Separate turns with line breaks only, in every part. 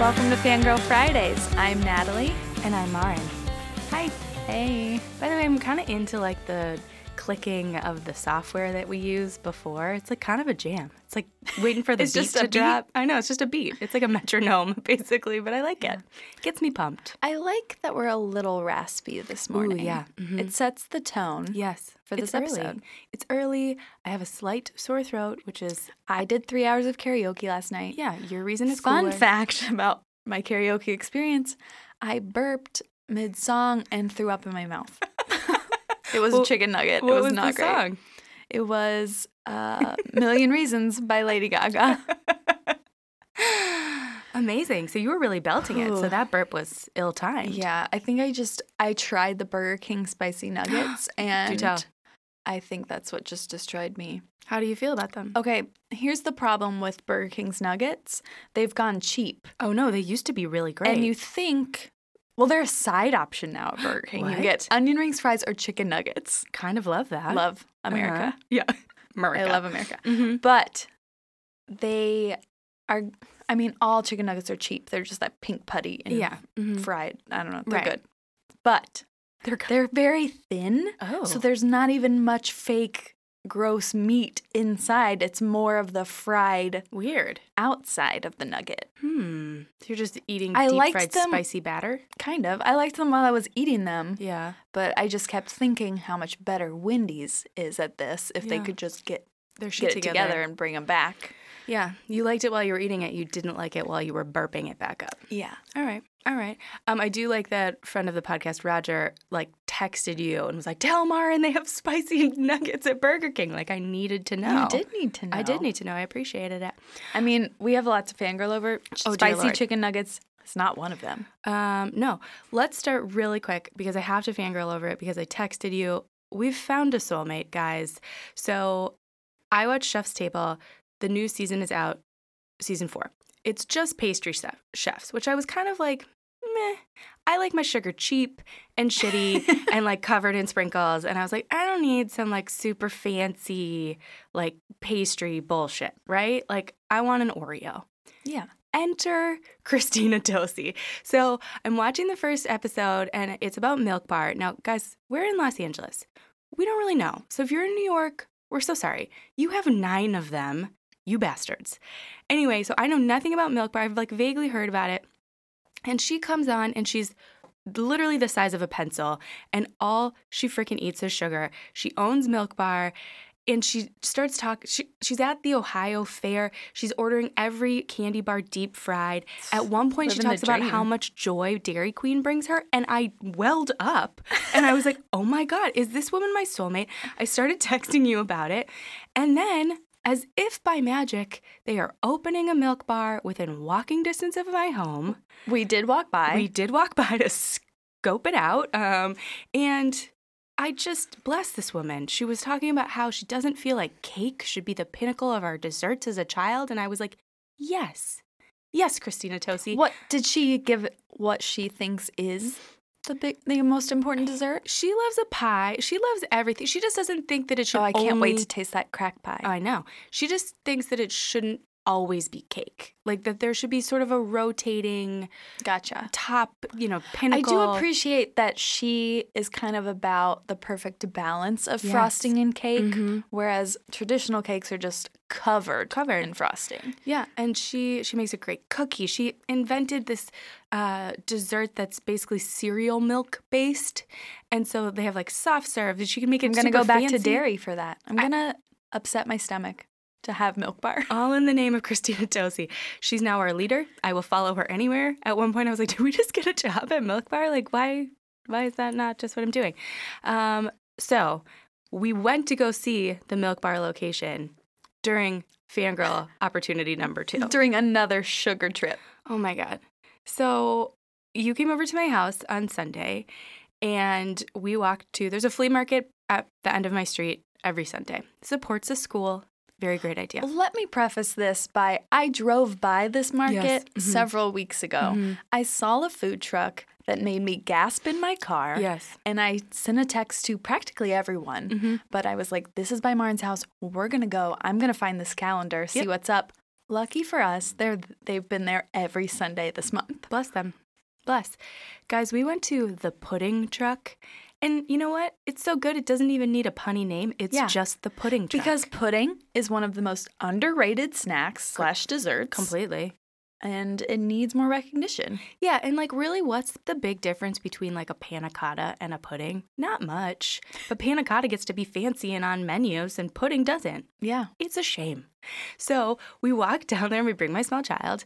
Welcome to Fangirl Fridays. I'm Natalie.
And I'm Marin.
Hi. Hey.
By the way, I'm kind of into like the clicking of the software that we used before. It's like kind of a jam. It's like waiting for the
It's
beat
just
to
a beat?
drop. I know, it's just a beat. It's like a metronome basically, but I like it. Gets me pumped.
I like that we're a little raspy this morning.
yeah. mm-hmm.
It sets the tone.
Yes,
For
it's
this episode.
early. It's early. I have a slight sore throat, which is
I did three hours of karaoke last night.
yeah, your reason is
Fun
cooler.
fact about my karaoke experience I burped mid song and threw up in my mouth. it was a
Well,
chicken nugget.
What
it was,
was
not
the
great.
song?
It was uh, Million Reasons by Lady Gaga.
Amazing. So you were really belting it. So
Ooh.
that burp was ill timed.
Yeah, I think I just I tried the Burger King spicy nuggets and
tell.
I think that's what just destroyed me.
How do you feel about them?
Okay, here's the problem with Burger King's nuggets. They've gone cheap.
Oh no, they used to be really great.
And you think well, they're a side option now at Burger King. You get onion rings, fries, or chicken nuggets.
kind of love that.
Love America.
Uh-huh. Yeah. America.
I love America.
Mhm.
But they are I mean, all chicken nuggets are cheap. They're just that pink putty and
Yeah. Mhm.
fried. I don't know. They're
Right.
good. But
They're good.
They're very thin.
Oh.
So there's not even much fake gross meat inside. It's more of the fried
Weird.
outside of the nugget.
Hmm. So you're just eating
I
deep
liked
fried
them-
spicy batter?
Kind of. I liked them while I was eating them,
Yeah.
but I just kept thinking how much better Wendy's is at this if they
Yeah.
could just get
They're shit
get it together. and bring them back.
Yeah. You liked it while you were eating it. You didn't like it while you were burping it back up.
Yeah.
All right. All right. Um, I do like that friend of the podcast, Roger, like texted you and was like, Tell Marin they have spicy nuggets at Burger King. Like I needed to know.
You did need to know.
I did need to know. I appreciated it.
I mean, we have lots of fangirl over
Oh, dear
spicy
Lord.
chicken nuggets. It's not one of them.
Um, no, let's start really quick because I have to fangirl over it because I texted you. We've found a soulmate, guys. So I watched Chef's Table. The new season is out, season four. It's just pastry chef- chefs, which I was kind of like, meh. I like my sugar cheap and shitty and like covered in sprinkles. And I was like, I don't need some like super fancy like pastry bullshit, right? Like, I want an Oreo
Yeah.
enter Christina Tosi. So I'm watching the first episode and it's about Milk Bar. Now, guys, we're in Los Angeles. We don't really know. So if you're in New York, we're so sorry. You have nine of them, you bastards. Anyway, so I know nothing about Milk Bar. I've like vaguely heard about it. And she comes on and she's literally the size of a pencil. And all she freaking eats is sugar. She owns Milk Bar. And she starts talking. She, she's at the Ohio Fair. She's ordering every candy bar deep fried. At one point, she
Living the
talks about how
dream.
much joy Dairy Queen brings her. And I welled up and I was like, oh my God, is this woman my soulmate? I started texting you about it. And then, as if by magic, they are opening a milk bar within walking distance of my home.
We did walk by.
We did walk by to scope it out. Um, and I just bless this woman. She was talking about how she doesn't feel like cake should be the pinnacle of our desserts as a child. And I was like, yes. Yes, Christina Tosi.
What did she give? What she thinks is the big, the most important dessert?
She loves a pie. She loves everything. She just doesn't think that it should
Oh, I can't wait
only-
to taste that crack pie.
I know. She just thinks that it shouldn't always be cake. Like that there should be sort of a rotating
gotcha.
top, you know,
I
pinnacle.
do appreciate that she is kind of about the perfect balance of
Yes.
frosting and cake,
Mhm.
whereas traditional cakes are just covered covered in frosting.
Yeah, and she she makes a great cookie. She invented this uh, dessert that's basically cereal milk based, and so they have like soft serve. and She can make it.
I'm gonna
super
go back to
fancy.
dairy for that. I'm gonna upset my stomach to have milk bar.
All in the name of Christina Tosi. She's now our leader. I will follow her anywhere. At one point, I was like, "Did we just get a job at Milk Bar? Like, why? Why is that not just what I'm doing?" Um, so we went to go see the Milk Bar location during Fangirl opportunity number two.
During another sugar trip.
Oh my God. So you came over to my house on Sunday and we walked to, there's a flea market at the end of my street every Sunday. Supports a school. Very great idea.
Well, Let me preface this by I drove by this market
mhm.
several weeks ago. I saw a food truck that made me gasp in my car.
Yes.
And I sent a text to practically everyone.
Mm-hmm.
But I was like, this is by Marin's house. We're going to go. I'm going to find this calendar, see
Yep.
what's up. Lucky for us, they're they've been there every Sunday this month.
Bless them. Bless. Guys, we went to the pudding truck. And you know what? It's so good. It doesn't even need a punny name. It's
Yeah.
just the pudding truck.
Because pudding is one of the most underrated snacks slash desserts,
completely.
and it needs more recognition.
Yeah, and like really what's the big difference between like a panna cotta and a pudding? Not much. But panna cotta gets to be fancy and on menus and pudding doesn't.
Yeah,
It's a shame. So we walk down there and we bring my small child.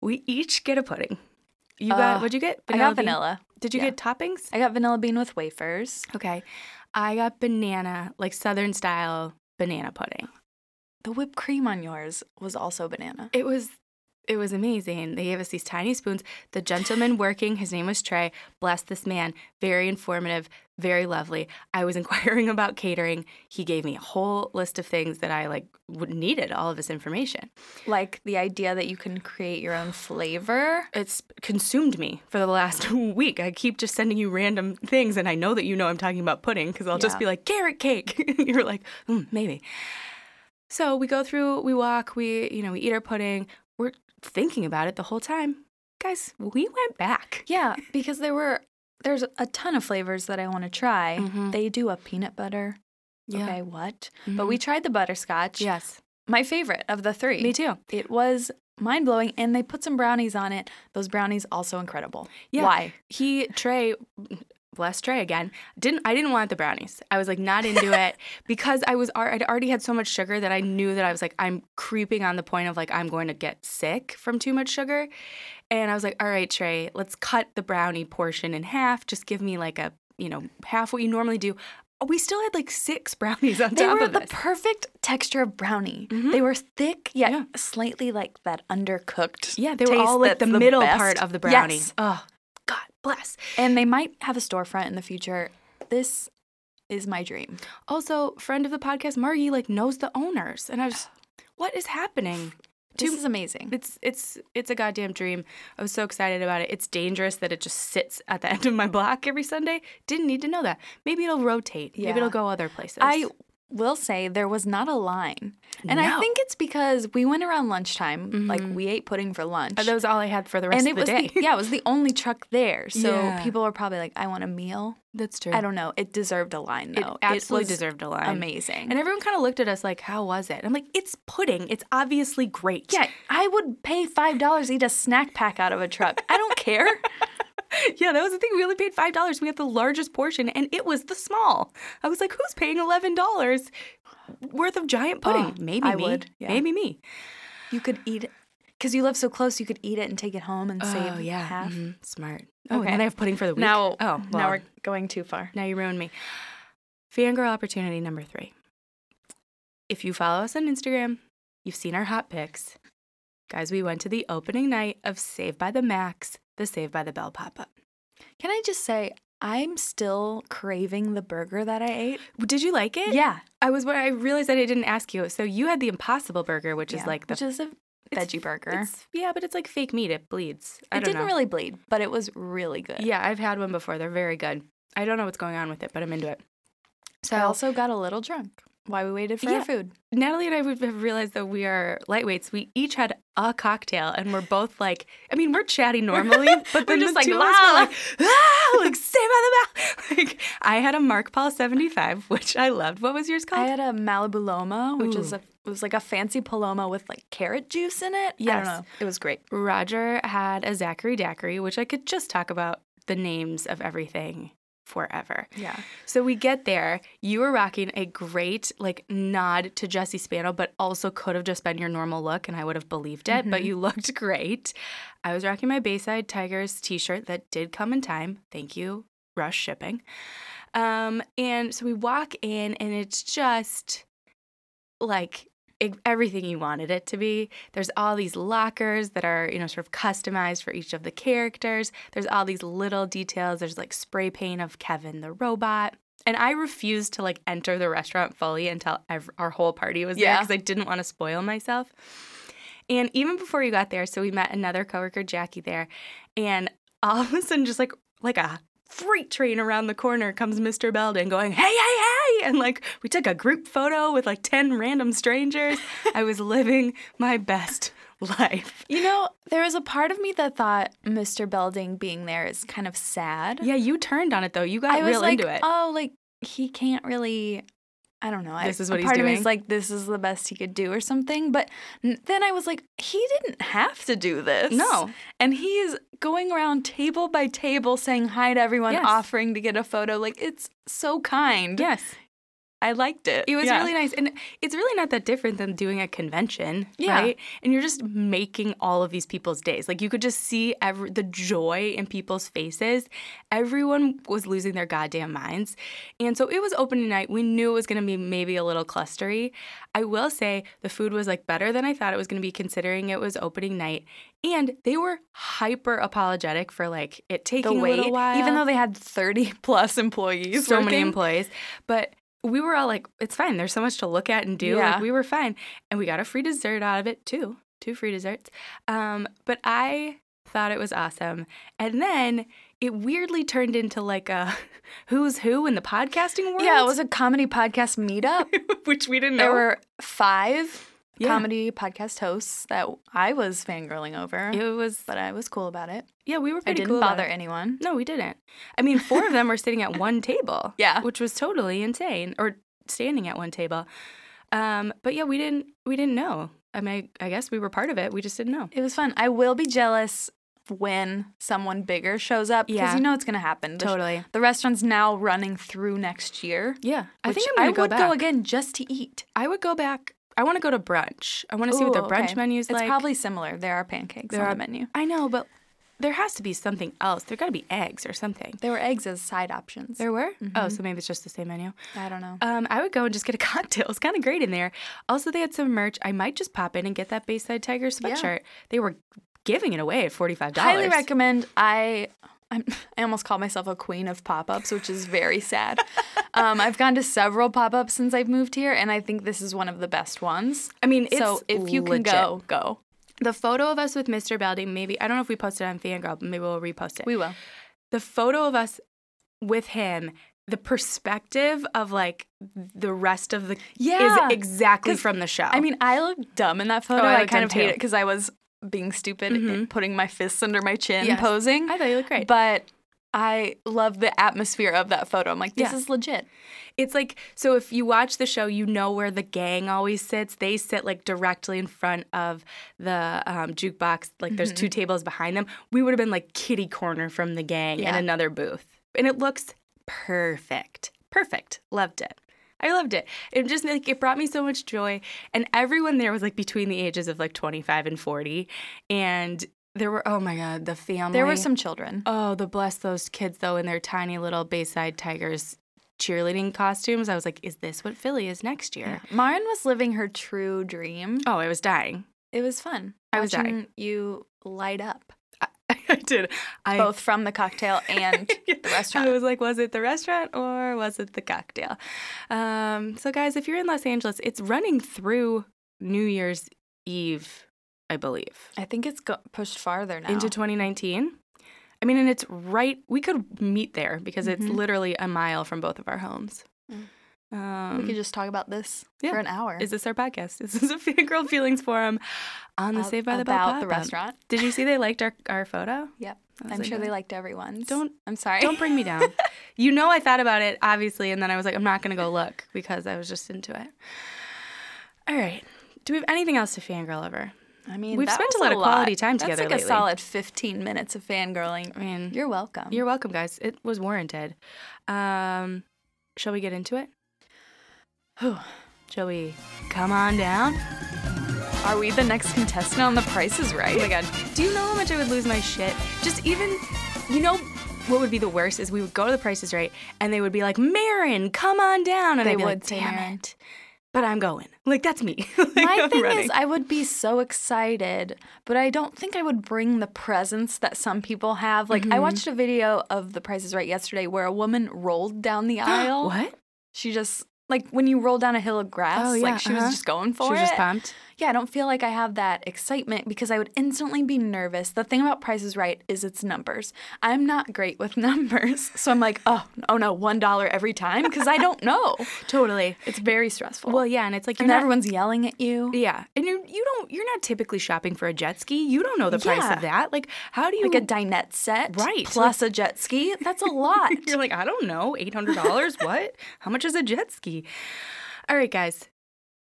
We each get a pudding. You got
Uh,
what'd you get?
I got
bean?
vanilla.
Did you
yeah.
get toppings?
I got vanilla bean with wafers.
Okay. I got banana, like southern style banana pudding.
The whipped cream on yours was also banana.
It was it was amazing. They gave us these tiny spoons. The gentleman working, his name was Trey, bless this man, very informative, very lovely. I was inquiring about catering. He gave me a whole list of things that I like would- needed all of this information.
Like the idea that you can create your own flavor.
It's consumed me for the last week. I keep just sending you random things and I know that you know I'm talking about pudding because I'll just
Yeah.
be like carrot cake. and you're like, mm, maybe. So we go through, we walk, we, you know, we eat our pudding. We're thinking about it the whole time. Guys, we went back.
Yeah, because there were there's a ton of flavors that I want to try.
Mhm.
They do a peanut butter. Okay, what? But we tried the butterscotch.
yes,
My favorite of the three.
me too.
It was mind blowing, and they put some brownies on it. Those brownies also incredible.
Yeah.
Why?
He Trey, bless Trey again. Didn't I didn't want the brownies. I was like not into it because I was al- I'd already had so much sugar that I knew that I was like I'm creeping on the point of like I'm going to get sick from too much sugar, and I was like, all right, Trey, let's cut the brownie portion in half. Just give me like a you know half what you normally do. Uh, We still had like six brownies on
They
top
were
of
the
this.
perfect texture of brownie.
Mhm.
They were thick yet
Yeah.
slightly like that undercooked.
Yeah, they were
taste
all like
that's
the,
the
middle
best.
part of the brownie.
Yes.
Oh, God bless.
And they might have a storefront in the future. This is my dream.
Also, friend of the podcast, Margie, like knows the owners, and I was, what is happening?
This
Two-
is amazing.
It's it's it's a goddamn dream. I was so excited about it. It's dangerous that it just sits at the end of my block every Sunday. Didn't need to know that. Maybe it'll rotate.
Yeah.
Maybe it'll go other places.
I will say there was not a line. And I
No.
think it's because we went around lunchtime, like we ate pudding for lunch.
Uh, that was all I had for the rest
and it
of the
was
day.
yeah, it was the only truck there. So
Yeah.
people were probably like, I want a meal.
That's true.
I don't know. It deserved a line
It
though.
absolutely
was
deserved a line.
Amazing.
And everyone kind of looked at us like, "How was it?" I'm like, "It's pudding. It's obviously great."
yeah, I would pay five dollars eat a snack pack out of a truck. I don't care.
yeah, that was the thing. We only paid five dollars. We got the largest portion, and it was the small. I was like, "Who's paying eleven dollars worth of giant pudding?"
Oh,
maybe
I
me.
would, yeah.
Maybe me.
You could eat it because you live so close. You could eat it and take it home
Oh,
and save half.
Mhm. smart. Oh, and
Okay.
then I have pudding for the week.
Now,
oh, well,
now we're going too far.
now you ruined me. Fangirl opportunity number three. If you follow us on Instagram, you've seen our hot pics. Guys, we went to the opening night of Save by the Max, the Save by the Bell pop up.
Can I just say, I'm still craving the burger that I ate.
Did you like it?
Yeah,
I was. I realized that I didn't ask you. So you had the Impossible Burger, which is
yeah,
like the
which is a
it's-
veggie burger.
it's- yeah, but it's like fake meat. It bleeds. I
It
don't
didn't
know.
really bleed, but it was really good.
Yeah, I've had one before. They're very good. I don't know what's going on with it, but I'm into it. So
I also got a little drunk. Why we waited for
Yeah.
our food?
Natalie and I would have realized that we are lightweights. We each had a cocktail, and we're both like, I mean, we're chatty normally, but then
We're just
the
like,
two of us were
"La."
like, ah, like stay by the mouth. Like I had a Mark Paul 75, which I loved. What was yours
I
called?
had a Malabuloma, which is
Ooh.
a was like a fancy paloma with like carrot juice in it. I
Yes.
don't know. It was great.
Roger had a Zachary Daiquiri, which I could just talk about the names of everything forever.
Yeah.
So we get there. You were rocking a great like nod to Jesse Spano, but also could have just been your normal look, and I would have believed it. But you looked great. I was rocking my Bayside Tigers T-shirt that did come in time. Thank you, Rush Shipping. Um, and so we walk in, and it's just like e- everything you wanted it to be. There's all these lockers that are, you know, sort of customized for each of the characters. There's all these little details. There's like spray paint of Kevin the robot. And I refused to like enter the restaurant fully until ev- our whole party was there
Yeah.
because I didn't want to spoil myself. And even before you got there, so we met another coworker, Jackie, there, and all of a sudden, just like like a freight train around the corner comes Mr. Belden going, hey, hey, hey! And like we took a group photo with like 10 random strangers. I was living my best life.
You know, there was a part of me that thought Mr. Belding being there is kind of sad.
Yeah, you turned on it though. You got
I was
real
like,
into it.
oh, like he can't really. I don't know. I-
This is
a
what he's
part of me
doing?
is like this is the best he could do or something. But n- then I was like, he didn't have to do this.
no,
and he is going around table by table saying hi to everyone,
Yes.
offering to get a photo. Like it's so kind.
yes,
I liked it.
it was
Yeah.
really nice, and it's really not that different than doing a convention,
Yeah.
right? And you're just making all of these people's days. Like you could just see every the joy in people's faces. Everyone was losing their goddamn minds, and so it was opening night. We knew it was going to be maybe a little clustery. I will say the food was like better than I thought it was going to be, considering it was opening night, and they were hyper apologetic for like
the
it taking a
wait,
little while,
even though they had thirty plus employees.
so many
working.
employees. But we were all like, it's fine. There's so much to look at and do.
Yeah.
Like we were fine. And we got a free dessert out of it too. Two free desserts. Um, but I thought it was awesome. And then it weirdly turned into like a who's who in the podcasting world.
Yeah, it was a comedy podcast meetup.
which we didn't know.
There were five
Yeah.
comedy podcast hosts that I was fangirling over,
It was
but I was cool about it.
yeah, we were
I
pretty
didn't
cool about
bother
it.
anyone.
No, we didn't. I mean, four of them were sitting at one table.
Yeah.
which was totally insane, or standing at one table. Um, but yeah, we didn't we didn't know. I mean, I, I guess we were part of it. We just didn't know.
It was fun. I will be jealous when someone bigger shows up because
Yeah.
you know it's going to happen. The sh-
Totally.
The restaurant's now running through next year.
Yeah, I think
which
I'm gonna go
would
back.
go again just to eat.
I would go back. I want to go to brunch. I want to see what
Ooh,
their brunch
okay.
menu's
It's
like.
probably similar. There are pancakes
There
on
are-
the menu.
I know, but there has to be something else. There got to be eggs or something.
There were eggs as side options.
There were. Oh, so maybe it's just the same menu.
I don't know.
Um, I would go and just get a cocktail. It's kind of great in there. Also, they had some merch. I might just pop in and get that Bayside Tiger sweatshirt. They were giving it away at forty five dollars.
Highly recommend. I I'm, I almost call myself a queen of pop-ups, which is very sad. um, I've gone to several pop-ups since I've moved here, and I think this is one of the best ones.
I mean, it's
so if you
legit.
can go, go.
the photo of us with Mr. Belding, maybe I don't know if we posted it on Fangirl, but maybe we'll repost it.
We will.
the photo of us with him, the perspective of like the rest of the
Yeah,
is exactly
'cause,
from the show.
I mean, I looked dumb in that photo.
Oh, I
I,
looked
kind
dumb
of hate
too. Mm-hmm.
it because I was being stupid, and putting my fists under my chin,
Yes.
posing.
I thought you looked great.
But I love the atmosphere of that photo. I'm like, this
Yeah.
is legit.
It's like so if you watch the show, you know where the gang always sits. They sit like directly in front of the um, jukebox. Like there's
Mm-hmm.
two tables behind them. We would have been like kitty corner from the gang
Yeah.
and another booth, and it looks perfect. Perfect. Loved it. I loved it. It just like it brought me so much joy, and everyone there was like between the ages of like 25 and 40, and there were oh my god the family.
There were some children.
Oh, the bless those kids though in their tiny little Bayside Tigers cheerleading costumes. I was like, is this what Philly is next year?
Marin was living her true dream.
Oh, I was dying.
It was fun.
I was
watching
dying.
you light up
I did. I
both from the cocktail and the restaurant.
I was like, was it the restaurant or was it the cocktail? Um, so, guys, if you're in Los Angeles, it's running through New Year's Eve, I believe,
I think it's go- pushed farther now.
into 2019. I mean, and it's right. We could meet there because it's
Mhm.
literally a mile from both of our homes.
Mm.
Um,
we could just talk about this
yeah.
for an hour.
Is this our podcast? This is a fangirl feelings forum on the
ab-
Saved by the Bell
about the
pop-up.
restaurant.
Did you see they liked our, our photo?
Yep.
I was
I'm
like,
sure they
"Don't-
liked everyone's.
Don't-
I'm sorry.
Don't bring me down. you know I thought about it obviously, and then I was like, I'm not gonna go look because I was just into it. All right. Do we have anything else to fangirl over?
I mean,
We've
that
spent a
was
lot of quality time
That's
together
like
lately.
a solid 15 minutes of fangirling.
I mean,
You're welcome.
you're welcome, guys. It was warranted. Um, shall we get into it?
Whew.
Shall we come on down?
Are we the next contestant on The Price is Right?
Oh my god. Do you know how much I would lose my shit? Just even, you know, what would be the worst is we would go to the prices right and they would be like, Marin, come on down. And
They
I'd be
would
like,
say
damn
Marin.
it. But I'm going. Like, that's me.
My thing is, I would be so excited, but I don't think I would bring the presence that some people have. Like, I
Mm-hmm.
watched a video of The Price is Right yesterday where a woman rolled down the aisle.
what?
She just, like, when you roll down a hill of grass,
Oh, yeah,
like, she
uh-huh.
was just going for
She was
it.
just pumped.
yeah, I don't feel like I have that excitement because I would instantly be nervous. The thing about Price is Right is its numbers. I'm not great with numbers. So I'm like, oh, oh no, $1 every time because I don't know.
Totally.
It's very stressful.
Well, yeah, and it's like you're
and
not,
everyone's yelling at you.
yeah, and you you don't you're not typically shopping for a jet ski. You don't know the price
Yeah.
of that. Like, how do you
Like a dinette set
Right,
plus a jet ski. That's a lot.
You're like, I don't know, eight hundred dollars. what? How much is a jet ski? All right, guys.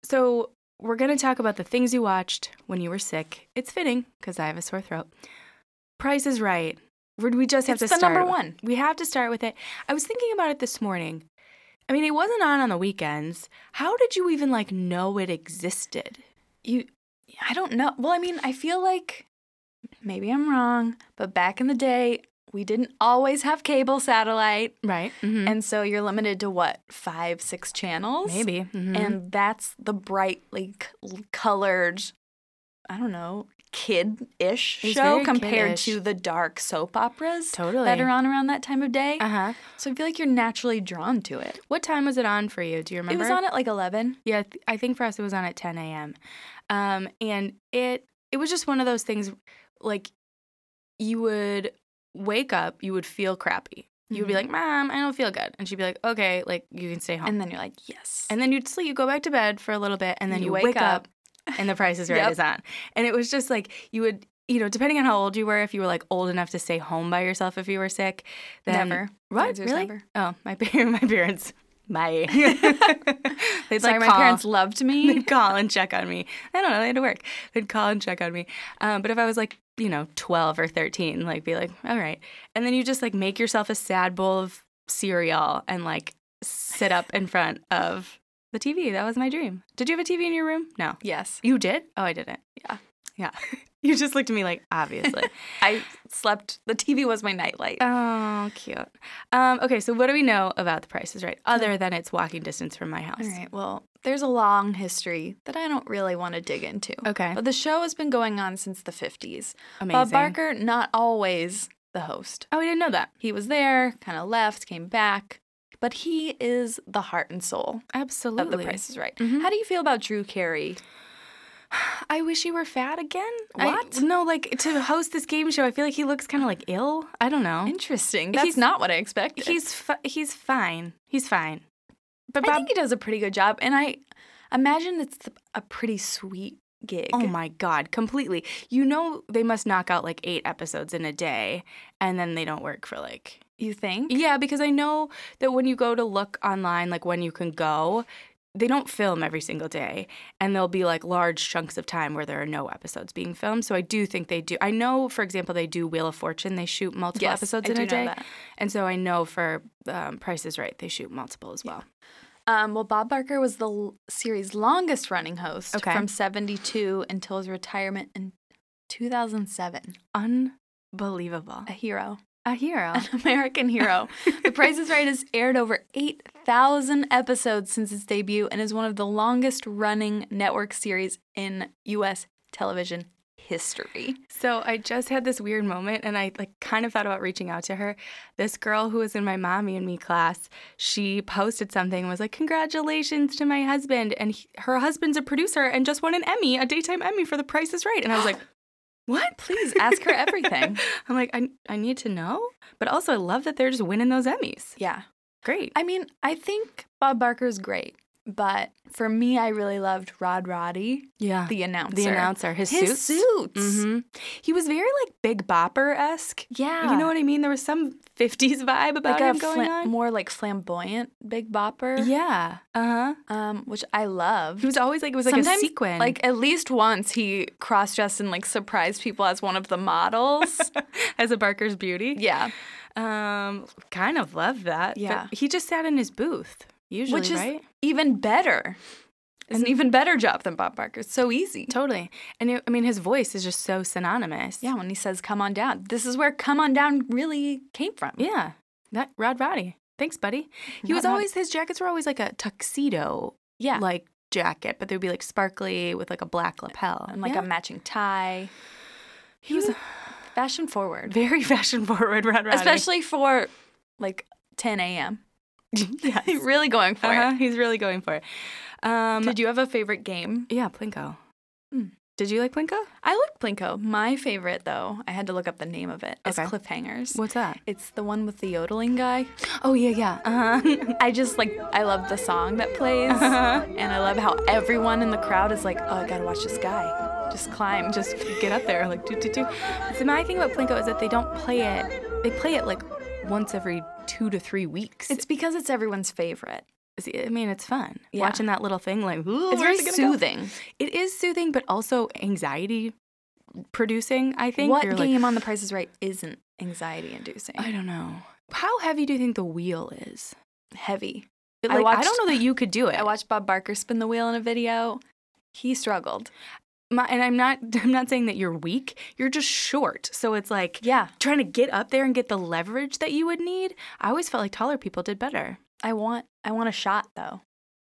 So we're gonna talk about the things you watched when you were sick. It's fitting because I have a sore throat. Price is Right. We're- We just have
It's
to
the
start
number
with-
one.
We have to start with it. I was thinking about it this morning. I mean, it wasn't on on the weekends. How did you even like know it existed?
you I don't know. Well, I mean, I feel like maybe I'm wrong, but back in the day, we didn't always have cable satellite.
Right.
And so you're limited to what, five, six channels?
Maybe. Mhm.
And that's the brightly c- colored, I don't know, kid ish
It's
show
very
compared
kid-ish.
to the dark soap operas
totally.
that are on around that time of day.
Uh huh.
So I feel like you're naturally drawn to it.
What time was it on for you? Do you remember?
It was on at like 11.
Yeah, I th- I think for us it was on at 10 a.m. Um, and it it was just one of those things, like you would wake up, you would feel crappy. You would be
Mhm.
like, "Mom, I don't feel good," and she'd be like, "Okay, like you can stay home." And,
Oh. And then you're like, yes.
then you'd sleep, you go back to bed for a little bit, and then you, wake, up, and the Price is Right
Yep.
is on. And it was just like you would, you know, depending on how old you were, if you were like old enough to stay home by yourself if you were sick, then
Never. The
What
answer's
really?
never.
Oh, my par- my parents. My. They'd
Sorry, my
call.
parents loved me.
They'd call and check on me. I don't know. They had to work. They'd call and check on me. Um, but if I was like, you know, 12 or 13, like, be like, all right. And then you just like make yourself a sad bowl of cereal and like sit up in front of the TV. That was my dream. Did you have a TV in your room? No.
yes.
You did? Oh, I didn't.
Yeah.
Yeah. you just looked at me like, obviously.
I slept. The TV was my nightlight.
oh, cute. Um, okay. So, what do we know about the prices, right? Other than it's walking distance from my house.
All right. Well, there's a long history that I don't really want to dig into.
Okay.
But the show has been going on since the 50s.
Amazing.
Bob Barker, not always the host.
Oh, I didn't know that.
He was there, kind of left, came back, but he is the heart and soul
Absolutely.
of The Price is Right.
Mhm.
How do you feel about Drew Carey?
I wish you were fat again. I-
What?
no, like to host this game show, I feel like he looks kind of like ill. I don't
Oh.
know.
Interesting. That's
He's-
not what I expected.
He's fi- he's fine. He's fine. But
I
Bob,
think he does a pretty good job, and I imagine it's th- a pretty sweet gig.
oh my god, completely. You know they must knock out like eight episodes in a day, and then they don't work for like.
You think?
Yeah, because I know that when you go to look online, like when you can go. They don't film every single day, and there'll be like large chunks of time where there are no episodes being filmed. So I do think they do. I know, for example, they do Wheel of Fortune. They shoot multiple
Yes,
episodes
I
in
do
a
know
day.
that.
And so I know for um, Price is Right, they shoot multiple as well.
Um, well, Bob Barker was the l- series' longest running host
Okay.
from 72 until his retirement in 2007.
Unbelievable.
A hero,
A hero.
an American hero. the Price is Right has aired over 8,000 episodes since its debut and is one of the longest running network series in U.S. television history.
So I just had this weird moment and I like kind of thought about reaching out to her. This girl who was in my mommy and me class, she posted something and was like, Congratulations to my husband. And he, her husband's a producer and just won an Emmy, a daytime Emmy for The Price is Right. And I was like, What?
Please ask her everything.
I'm like, I, I need to know. But also, I love that they're just winning those Emmys.
Yeah.
Great.
I mean, I think Bob Barker's great, but for me, I really loved Rod Roddy,
yeah. Ah, The,
the announcer.
announcer, his,
His
suits.
suits.
hmm He was very like Big Bopper esque.
Yeah.
You know what I mean? There was some '50s vibe about
like
him
a
going
flam-
on.
more like flamboyant Big Bopper.
Yeah. Uh huh.
Um, which I love.
He was always like it was like
Sometimes,
a sequin.
Like at least once he cross dressed and like surprised people as one of the models.
as a Barker's beauty.
yeah.
Um, kind of love that. but
Yeah.
he just sat in his booth usually,
Which is
right?
even better. It's an even better job than Bob Barker. It's so easy.
Totally. And it, I mean, his voice is just so synonymous.
Yeah, when he says come on down. This is where come on down really came from.
Yeah. That Rod Roddy. Thanks, buddy. He
Rod
was
Roddy.
always his jackets were always like a tuxedo
Yeah.
like jacket, but they would be like sparkly with like a black lapel
and like
Yeah.
a matching tie.
he was
Fashion forward,
very fashion forward, Rod Roddy.
especially for like 10 a.m.
yes.
really going for
Uh-huh, He's really going for it. Um,
it. Did you have a favorite game?
yeah, Plinko. Hmm.
Mm.
Did you like Plinko?
I like Plinko. My favorite, though, I had to look up the name of it, is
Okay.
Cliffhangers.
What's that?
It's the one with the yodeling guy.
Oh yeah, yeah. Uh-huh.
I just like, I love the song that plays. and I love how everyone in the crowd is like, oh, I gotta watch this guy. Just climb. Just
Just get up there, like do do do. So my thing about Plinko is that they don't play it. They play it like once every two to three weeks.
It's because it's everyone's favorite.
It's- I mean, it's fun
Yeah.
watching that little thing. Like, ooh,
It's very
where's it gonna go?
soothing.
It is soothing, but also anxiety producing. I think.
What
You're like,
game on The Price is Right isn't anxiety inducing?
I don't know. How heavy do you think the wheel is?
Heavy.
It,
I
like, I
watched-
don't know that you could do it.
I watched Bob Barker spin the wheel in a video. He struggled.
My, and I'm not. I'm not saying that you're weak. You're just short. So it's like
Yeah,
trying to get up there and get the leverage that you would need. I always felt like taller people did better
I want I want a shot though.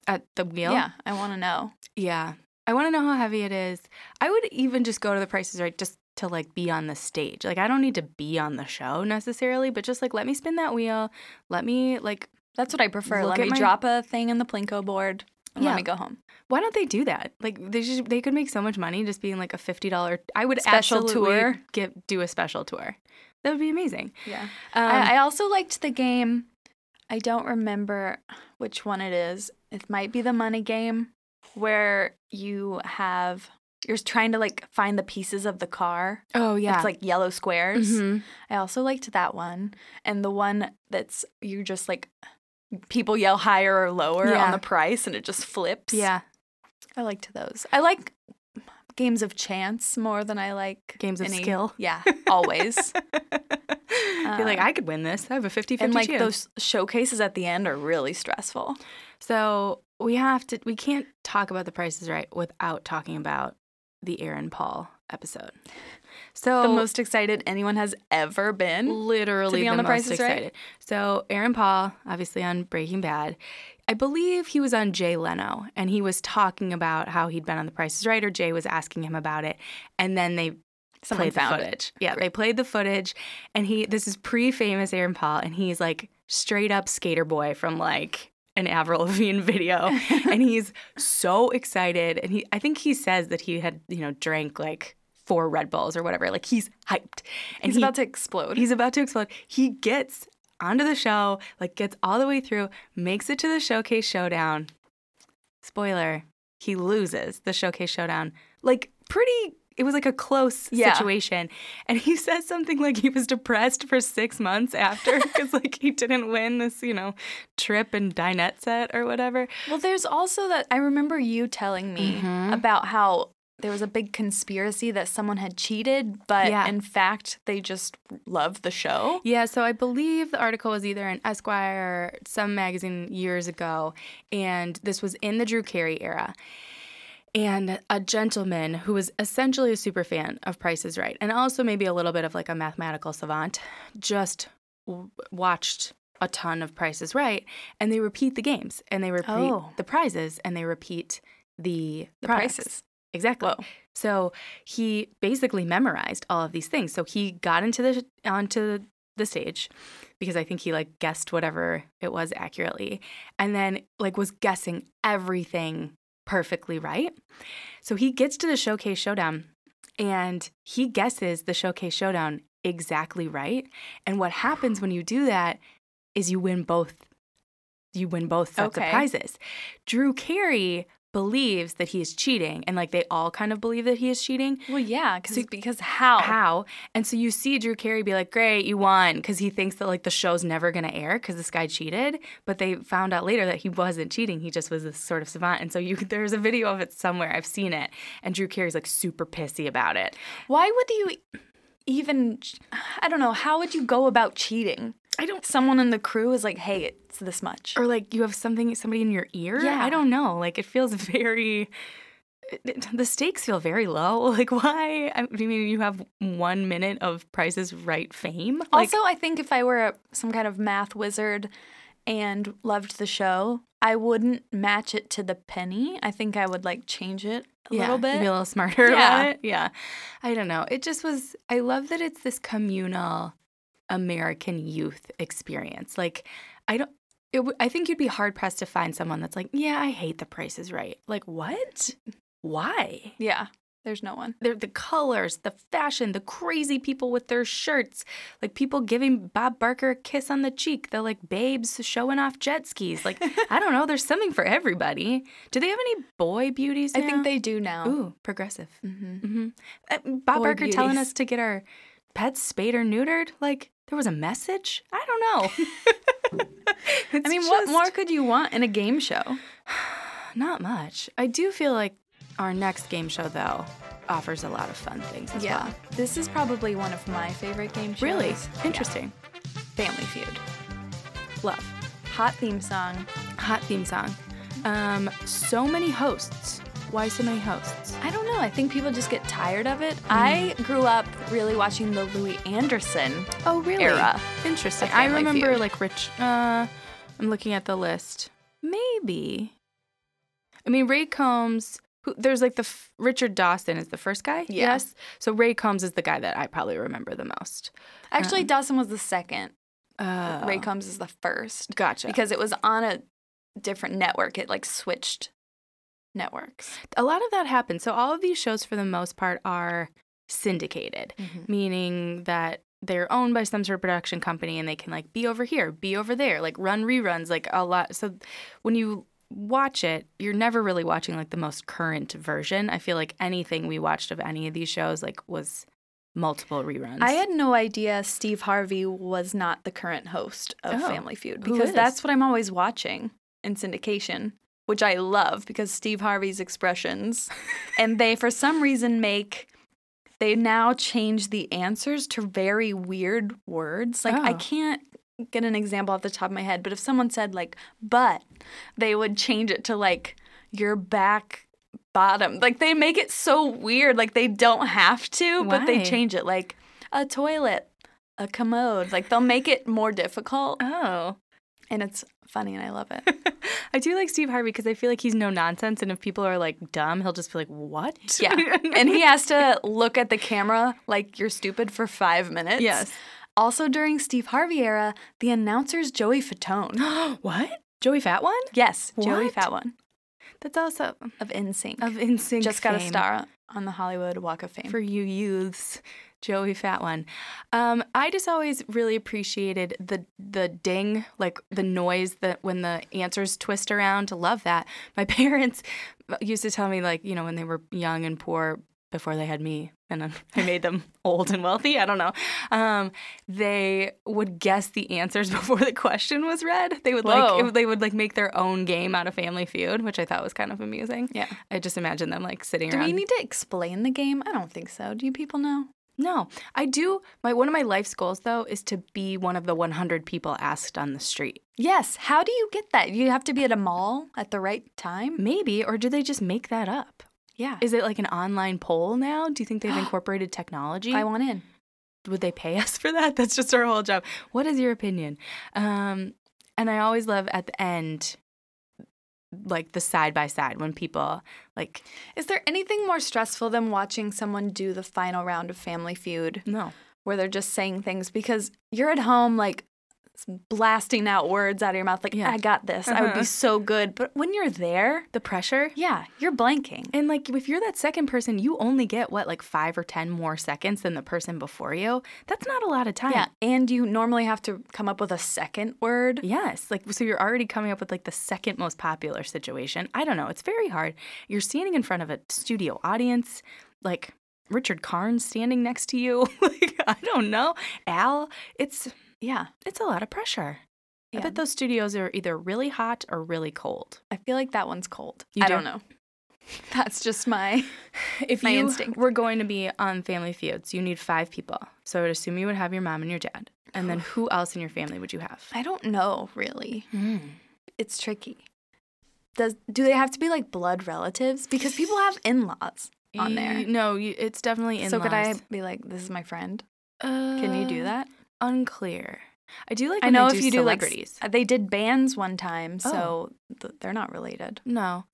at the wheel.
Yeah, I want to know.
Yeah. I want to know how heavy it is. I would even just go to the prices right just to like be on the stage. Like I don't need to be on the show necessarily, but just like let me spin that wheel. Let me like
That's what I prefer.
Look
let
at
me
my-
drop a thing in the plinko board and
Yeah.
let me go home.
why don't they do that? Like they should, they could make so much money just being like a fifty dollar. I would
Special
absolutely
tour.
Give do a special tour. That would be amazing.
Yeah.
Um,
I, I also liked the game. I don't remember which one it is. It might be the money game where you have you're trying to like find the pieces of the car.
oh yeah,
It's like yellow squares.
Mhm.
I also liked that one. And the one that's you just like people yell higher or lower
Yeah.
on the price and it just flips.
yeah,
I liked those. I like games of chance more than I like
games of
any-
skill.
Yeah, always.
You're like I could win this. I have a 50-50
and like
chance.
those showcases at the end are really stressful.
So we have to. We can't talk about the prices right without talking about the Aaron Paul episode. So
the
Oh.
most excited anyone has ever been.
literally
to be
the,
on The
most
Price is Right?
excited. So Aaron Paul, obviously on Breaking Bad, I believe he was on Jay Leno, and he was talking about how he'd been on The Price is Right, or Jay was asking him about it, and then they
Someone
played
found
the
it.
footage. Yeah, they played the footage, and he this is pre-famous Aaron Paul, and he's like straight up skater boy from like an Avril Lavigne video, and he's so excited, and he I think he says that he had you know drank like four Red Bulls or whatever, like he's hyped, and
He's
he,
about to explode.
He's about to explode. He gets onto the show, like gets all the way through, makes it to the showcase showdown. Spoiler, he loses the showcase showdown. Like pretty it was like a close
Yeah.
situation. And he says something like he was depressed for six months after because like he didn't win this, you know, trip and dinette set or whatever.
Well, there's also that I remember you telling me
Mhm.
about how there was a big conspiracy that someone had cheated, but
Yeah.
in fact, they just loved the show.
Yeah, so I believe the article was either in Esquire or some magazine years ago, and this was in the Drew Carey era. And a gentleman who was essentially a super fan of Price is Right, and also maybe a little bit of like a mathematical savant, just w- watched a ton of Price is Right, and they repeat the games, and they repeat
Oh.
the prizes, and they repeat the,
The
products.
prices.
Exactly.
Whoa.
So he basically memorized all of these things. So he got into the onto the stage because I think he like guessed whatever it was accurately, and then like was guessing everything perfectly right. So he gets to the showcase showdown, and he guesses the showcase showdown exactly right. And what happens when you do that is you win both. You win both sets
Okay.
of prizes. Drew Carey believes that he is cheating, and like they all kind of believe that he is cheating.
Well, yeah, because
So-
because how?
How? And so you see Drew Carey be like, "Great, you won," because he thinks that like the show's never gonna air because this guy cheated. But they found out later that he wasn't cheating; he just was this sort of savant. And so you, there's a video of it somewhere. I've seen it, and Drew Carey's like super pissy about it.
Why would you even? I don't know. How would you go about cheating?
I don't
Someone in the crew is like, "Hey, it's this much."
or like you have something somebody in your ear
Yeah.
i don't know like it feels very the stakes feel very low like why i mean you have one minute of prices right fame like,
also, I think if I were a, some kind of math wizard and loved the show, I wouldn't match it to the penny. I think I would like change it a little
you'd
bit.
be a little smarter
Yeah.
about it yeah i don't know it just was i love that it's this communal american youth experience like i don't it, w- I think you'd be hard pressed to find someone that's like, yeah, I hate the prices right. Like, what? Why?
yeah. There's no one.
They're the colors, the fashion, the crazy people with their shirts, like people giving Bob Barker a kiss on the cheek, the like babes showing off jet skis. Like, I don't know, there's something for everybody. Do they have any boy beauties?
I think
now?
they do now.
Ooh, progressive.
hmm
hmm Uh, Bob
Boy
Barker telling
beauties.
us to get our pets spayed or neutered. Like, there was a message? I don't know.
I
It's
mean, what
just-
more could you want in a game show?
Not much. I do feel like our next game show, though, offers a lot of fun things as well.
This is probably one of my favorite game shows.
Really?
Yeah.
Interesting.
Family Feud.
Love.
Hot theme song.
Hot theme song. Um, so many hosts. Why so many hosts?
I don't know. I think people just get tired of it. I grew up really watching the Louis Anderson.
Oh, really?
Era.
Interesting.
A
I
Family
remember
Feud.
like Rich. Uh, I'm looking at the list. Maybe. I mean, Ray Combs. Who, there's like the f- Richard Dawson is the first guy.
Yeah.
Yes. So Ray Combs is the guy that I probably remember the most.
Actually, Dawson was the second.
Uh,
Ray Combs is the first
Gotcha.
because it was on a different network. It like switched networks.
a lot of that happens. So all of these shows, for the most part, are syndicated, meaning that they're owned by some sort of production company and they can like be over here, be over there, like run reruns, like a lot. So when you watch it, you're never really watching like the most current version. I feel like anything we watched of any of these shows like was multiple reruns.
I had no idea Steve Harvey was not the current host of
Oh.
Family Feud
Who
because
is?
that's what I'm always watching in syndication, which I love because Steve Harvey's expressions and they for some reason make they now change the answers to very weird words. Like I
Oh.
can't get an example off the top of my head, but if someone said like but, they would change it to like your back bottom. Like they make it so weird. Like they don't have to, but they
Why?
change it. Like a toilet, a commode. Like they'll make it more difficult,
oh.
and it's funny, and I love it.
I do like Steve Harvey because I feel like he's no nonsense, and if people are like dumb, he'll just be like, "What?"
Yeah, and he has to look at the camera like you're stupid for five minutes.
Yes.
Also during Steve Harvey era, the announcer's Joey Fatone.
what? Joey Fat One?
Yes, Joey
What?
Fat One
That's also
of NSYNC.
of insane.
Just got a star on the Hollywood Walk of Fame.
for you youths. Joey Fat One. Um, I just always really appreciated the the ding, like the noise that when the answers twist around. Love that. My parents used to tell me like you know when they were young and poor before they had me and then I made them old and wealthy. I don't know. Um, they would guess the answers before the question was read. They would like
Whoa.
it would- they would like make their own game out of Family Feud, which I thought was kind of amusing.
yeah.
I just imagine them like sitting
Do
around.
we need to explain the game? I don't think so. Do you people know?
No, I do. My one of my life's goals though is to be one of the 100 people asked on the street.
Yes. How do you get that? You have to be at a mall at the right time?
Maybe, or do they just make that up?
Yeah.
Mm. Is it like an online poll now? Do you think they've incorporated technology?
I want in.
Would they pay us for that? That's just our whole job. What is your opinion? Um, and I always love at the end, like the side by side when people like
Is there anything more stressful than watching someone do the final round of Family Feud
no.
where they're just saying things because you're at home like blasting out words out of your mouth like
Yeah.
I got this. I would be
Uh-huh.
so good. But when you're there,
The pressure
yeah, you're blanking.
And like if you're that second person, you only get what like 5 or 10 more seconds than the person before you. That's not a lot of time.
Yeah, and you normally have to come up with a second word.
Yes, like so you're already coming up with like the second most popular situation. I don't know, it's very hard. You're standing in front of a studio audience, like Richard Carnes standing next to you. like I don't know, Al. It's
Yeah.
it's a lot of pressure.
Yeah.
I bet those studios are either really hot or really cold.
I feel like that one's cold.
You
I
do?
not know. That's just my
If
My
you
instinct.
were going to be on Family Feuds, you need five people. So I would assume you would have your mom and your dad, and then who else in your family would you have?
I don't know really. It's tricky. Does do they have to be like blood relatives? Because people have in-laws on there.
You- no, you, it's definitely in.
So could I be like, this is my friend?
uh,
Can you do that?
Unclear. I do like.
I
when they
know if you do like
celebrities. Oh.
s- uh, they did bands one time, so th- they're not related.
no,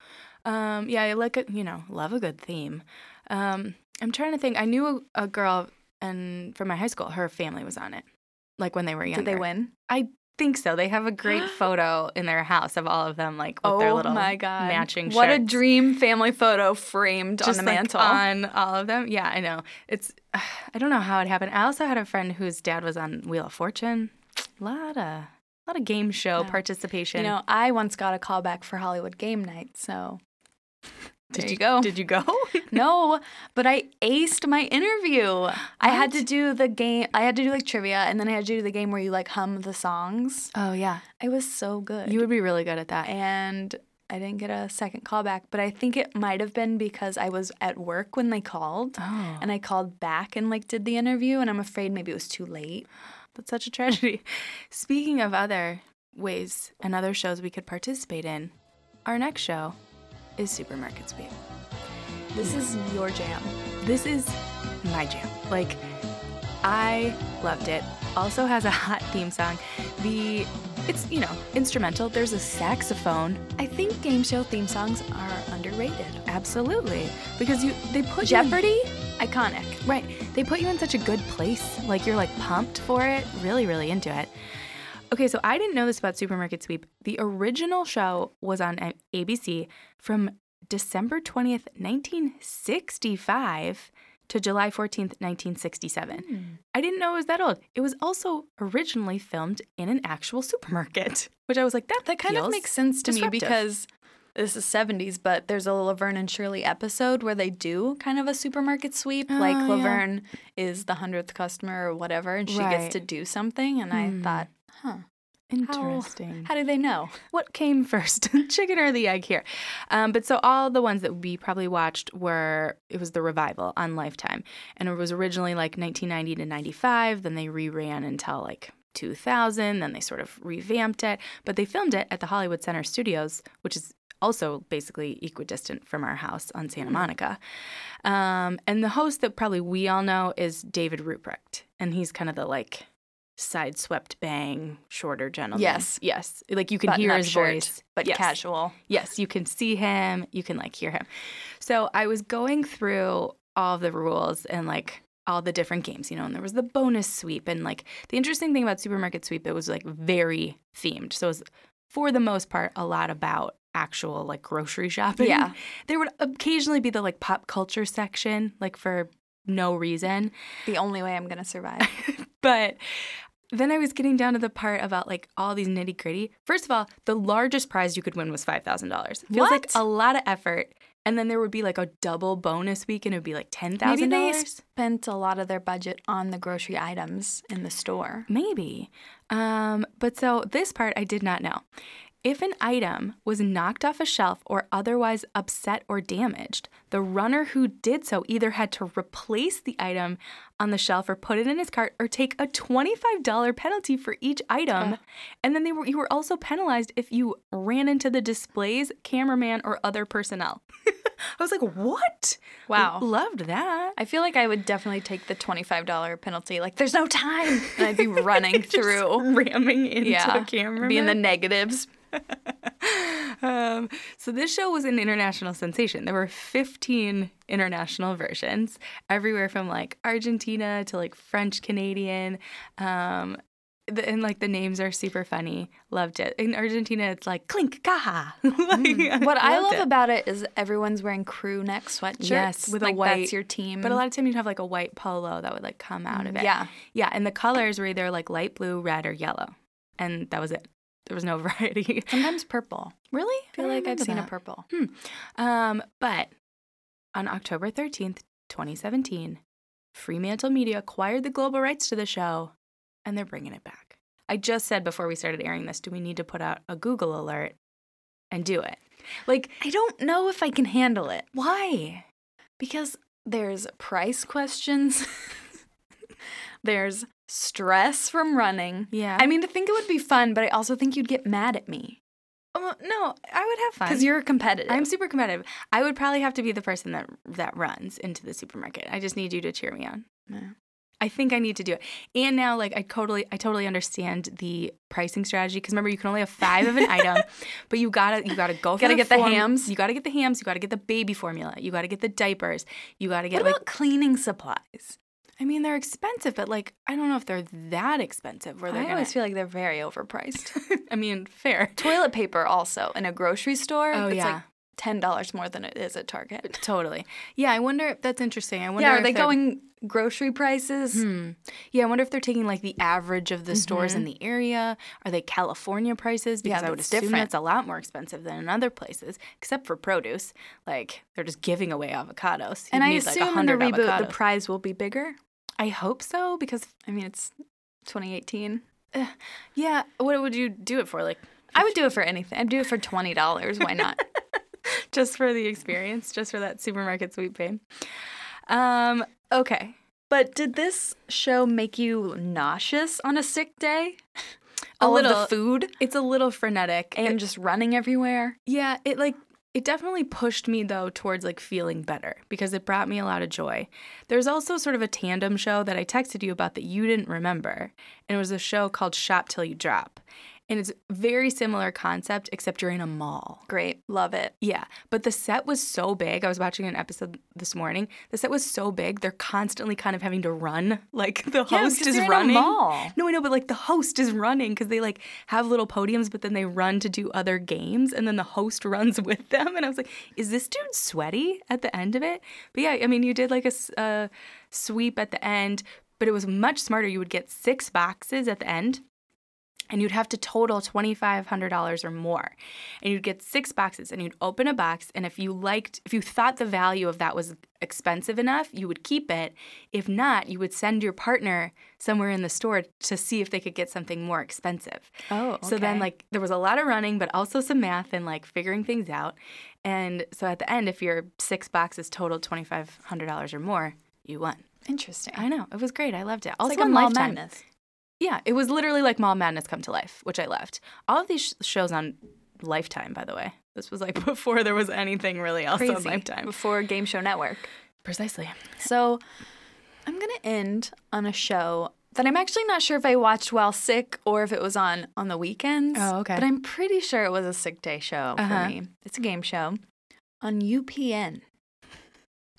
um, yeah, I like a, you know love a good theme. Um, I'm trying to think. I knew a, a girl and from my high school. Her family was on it, like when they were younger.
Did they win?
I think so. They have a great photo in their house of all of them, like with
oh
their little
my god!
matching
What a
shirts.
dream family photo framed
just
on the
like,
mantle.
on all of them. Yeah, I know. It's I don't know how it happened. I also had a friend whose dad was on Wheel of Fortune. A lot of lot of game show
Yeah.
participation.
you know, I once got a call back for Hollywood game night, so there
did
you go.
Did you go?
no, but I aced my interview. I had to do the game. I had to do like trivia, and then I had to do the game where you like hum the songs.
oh yeah,
It was so good.
you would be really good at that.
and I didn't get a second call back, but I think it might have been because I was at work when they called.
Oh,
And I called back and like did the interview, and I'm afraid maybe it was too late.
that's such a tragedy. Speaking of other ways and other shows we could participate in, our next show is Supermarket Sweep.
This is your jam.
This is my jam. Like, I loved it. Also has a hot theme song. The it's you know instrumental. There's a saxophone.
I think game show theme songs are underrated.
Absolutely, because you they put
Jeopardy, iconic.
you in, right. They put you in such a good place. Like you're like pumped for it. Really, really into it. Okay, so I didn't know this about Supermarket Sweep. The original show was on A- ABC from December 20th, 1965 to July 14th, 1967. I didn't know it was that old. It was also originally filmed in an actual supermarket, which I was like, that,
That kind of
feels
makes sense to me
disruptive.
because this is 70s, but there's a Laverne and Shirley episode where they do kind of a supermarket sweep. like
Oh, yeah.
Laverne is the 100th customer or whatever, and she
Right.
gets to do something. And I
Hmm.
thought, huh,
interesting.
how do they know?
what came first, chicken or the egg here? Um, but so all the ones that we probably watched were it was the revival on Lifetime, and it was originally like 1990 to 95. Then they reran until like 2000. Then they sort of revamped it, but they filmed it at the Hollywood Center Studios, which is also basically equidistant from our house on Santa Monica. Um, and the host that probably we all know is David Ruprecht, and he's kind of the like sideswept bang shorter gentleman.
Yes.
yes, like you can
Button
hear
up
his
shirt,
voice,
But
yes.
casual.
Yes, you can see him, you can like hear him. So I was going through all the rules and like all the different games, you know, and there was the bonus sweep and like the interesting thing about supermarket sweep it was like very themed. So it was for the most part a lot about actual like grocery shopping.
Yeah.
There would occasionally be the like pop culture section like for no reason.
The only way I'm going to survive.
But then I was getting down to the part about like all these nitty gritty. First of all, the largest prize you could win was five thousand dollars. Feels like
What?
a lot of effort. And then there would be like a double bonus week, and it would be like ten thousand
Maybe they
dollars.
spent a lot of their budget on the grocery items in the store.
Maybe. Um, but so this part I did not know. If an item was knocked off a shelf or otherwise upset or damaged, the runner who did so either had to replace the item on the shelf or put it in his cart or take a $25 penalty for each item. And then they were you were also penalized if you ran into the displays, cameraman, or other personnel. I was like, what?
Wow.
Loved that.
I feel like I would definitely take the $25 penalty. Like, there's no time. And I'd be running through.
Just ramming into
Yeah.
a camera.
Be in the negatives.
Um, so this show was an international sensation. There were 15 international versions, everywhere from like Argentina to like French Canadian. Um, the, and like the names are super funny. Loved it. In Argentina, it's like clink caja. Like,
What I
loved
love
it.
about it is everyone's wearing crew neck sweatshirts.
Yes, with a
like
white-
That's your team.
but a lot of time you'd have like a white polo that would like come out of it.
yeah.
yeah. And the colors were either like light blue, red, or yellow, and that was it. There was no variety.
Sometimes purple.
Really?
I Hmm. feel like I've seen
a
a purple.
Um, but on October 13th, 2017, Fremantle Media acquired the global rights to the show and they're bringing it back. I just said before we started airing this, do we need to put out a Google alert and do it? Like,
I don't know if I can handle it
why?
because there's price questions, there's stress from running.
Yeah.
I mean, I think it would be fun, but I also think you'd get mad at me
oh, no, I would have fun.
because you're competitive.
I'm super competitive. I would probably have to be the person that that runs into the supermarket. I just need you to cheer me on.
Yeah.
I think I need to do it. And now like I totally I totally understand the pricing strategy cuz remember you can only have 5 of an item, but you got to you got to go for
Gotta
the
get the
form-
hams.
You got to get the hams, you got to get the baby formula, you got to get the diapers, you got to
what
get
about
like
cleaning supplies?
I mean, they're expensive, but like, I don't know if they're that expensive. Where
I
Oh, they're gonna.
always feel like they're very overpriced.
I mean, fair.
Toilet paper also in a grocery store.
Oh
it's
yeah,
like ten dollars more than it is at Target.
totally. Yeah, I wonder. if That's interesting. I wonder.
Yeah, are
if
they
they're-
going grocery prices?
Hmm. Yeah, I wonder if they're taking like the average of the stores in the area. Are they California prices?
Yeah,
Because I would
that's
assume
different.
Mm-hmm. that's a lot more expensive than in other places, except for produce. Like they're just giving away avocados. You'd
And I
need, like,
assume in the
100
reboot the
avocados.
prize will be bigger.
I hope so because
I mean, it's 2018.
yeah, what would you do it for? Like
I would do it for anything. I'd do it for twenty dollars. Why not?
just for the experience, just for that supermarket sweet fame. Um. Okay.
but did this show make you nauseous on a sick day?
A
All
little.
of the food
It's a little frenetic.
and just running everywhere.
Yeah, it like it definitely pushed me though towards like feeling better because it brought me a lot of joy. There's also sort of a tandem show that I texted you about that you didn't remember. And it was a show called Shop Till You Drop. And it's very similar concept except you're in a mall.
Great, love it.
Yeah, but the set was so big. I was watching an episode this morning. The set was so big, they're constantly kind of having to run. Like the host
because
is
they're in a
running.
mall.
No, I know, but like the host is running because they like have little podiums, but then they run to do other games, and then the host runs with them. And I was like, is this dude sweaty at the end of it? But yeah, I mean, you did like a s- a sweep at the end, but it was much smarter. You would get six boxes at the end and you'd have to total $2500 or more and you'd get six boxes and you'd open a box and if you liked if you thought the value of that was expensive enough you would keep it if not you would send your partner somewhere in the store to see if they could get something more expensive
Oh,
so then
okay.
like there was a lot of running but also some math and like figuring things out and so at the end if your six boxes totaled $2500 or more you won
Interesting.
i know it was great i loved it
It's
also
like a
on
mall
lifetime
madness.
yeah, it was literally like Mall Madness come to life, which I loved. All of these sh- shows on Lifetime, by the way. This was like before there was anything really else on
Crazy.
Lifetime.
Before Game Show Network.
Precisely.
So I'm going to end on a show that I'm actually not sure if I watched while sick or if it was on on the weekends.
Oh, okay.
But I'm pretty sure it was a sick day show
Uh-huh.
for me. It's a game show on UPN.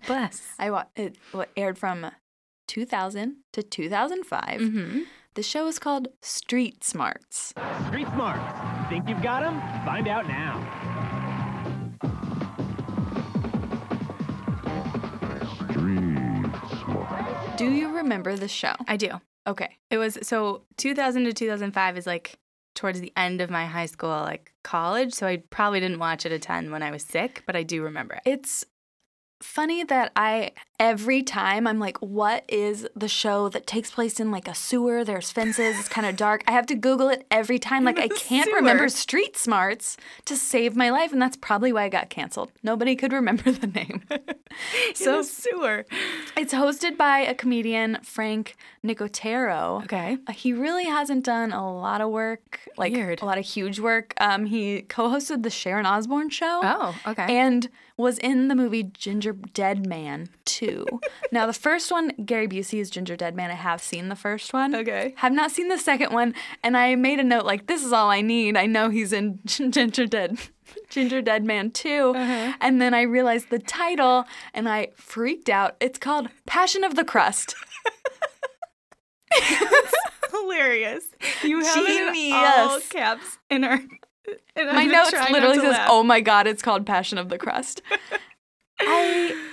Bless.
I wa- it wa- aired from 2000 to 2005.
Mm-hmm.
The show is called Street Smarts.
Street Smart. Think you've got 'em? Find out now.
Do you remember the show?
I do.
Okay.
It was so 2000 to 2005 is like towards the end of my high school, like college. So I probably didn't watch it a ton when I was sick, but I do remember it.
It's funny that I every time I'm like, what is the show that takes place in like a sewer? There's fences. It's kind of dark. I have to Google it every time. Like I can't
sewer.
remember Street Smarts to save my life, and that's probably why I got canceled. Nobody could remember the name. so
So sewer.
it's hosted by a comedian, Frank Nicotero.
Okay.
Uh, He really hasn't done a lot of work, like
Weird.
a lot of huge work. Um, he co-hosted the Sharon Osbourne show
Oh, okay.
and was in the movie Ginger Dead Man 2. now, the first one, Gary Busey is Ginger Dead Man. I have seen the first one.
Okay.
Have not seen the second one. And I made a note like, this is all I need. I know he's in Ginger Dead. Ginger Dead Man 2.
Uh-huh.
And then I realized the title and I freaked out. It's called Passion of the Crust.
hilarious. You have it in all
Genius.
caps in our. In
My notes literally says, "Oh my god, it's called Passion of the Crust." I,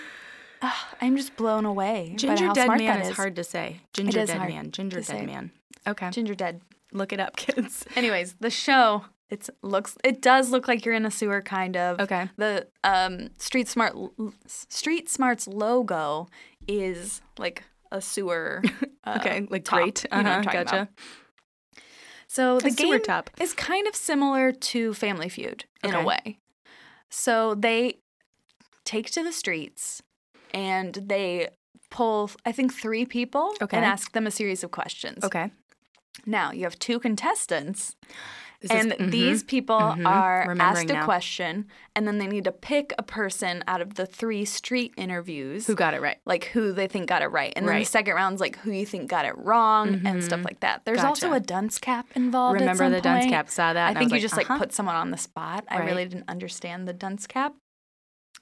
ugh, I'm just blown away. by
Ginger
how
dead
smart
man
that
is
is.
hard to say. Ginger
is
dead
hard
man. Ginger
to
dead
say.
man. Okay,
Ginger dead.
look it up, kids.
Anyways, the show it's looks it does look like you're in a sewer kind of.
Okay.
The um Street Smart Street Smart's logo is like a sewer. uh,
okay, like
top.
great. Uh-huh,
You know what I'm talking
gotcha.
about. So the
sewer
game
top.
is kind of similar to Family Feud in
Okay.
a way. So they take to the streets and they pull I think 3 people
Okay.
and ask them a series of questions.
Okay,
Now, you have two contestants
This is-
and
mhm.
these people
mhm,
are
remembering
asked a
now.
question and then they need to pick a person out of the 3 street interviews
who got it right?
like who they think got it right. And then the
Right. Mm-hmm.
second round's like who you think got it wrong and stuff like that. There's also
Gotcha.
a dunce cap involved. at
Remember
some
the dunce
point.
cap, saw that,
I
and I
think
was
you
like,
just
"Uh-huh."
like put someone on the spot. I really
Right.
didn't understand the dunce cap.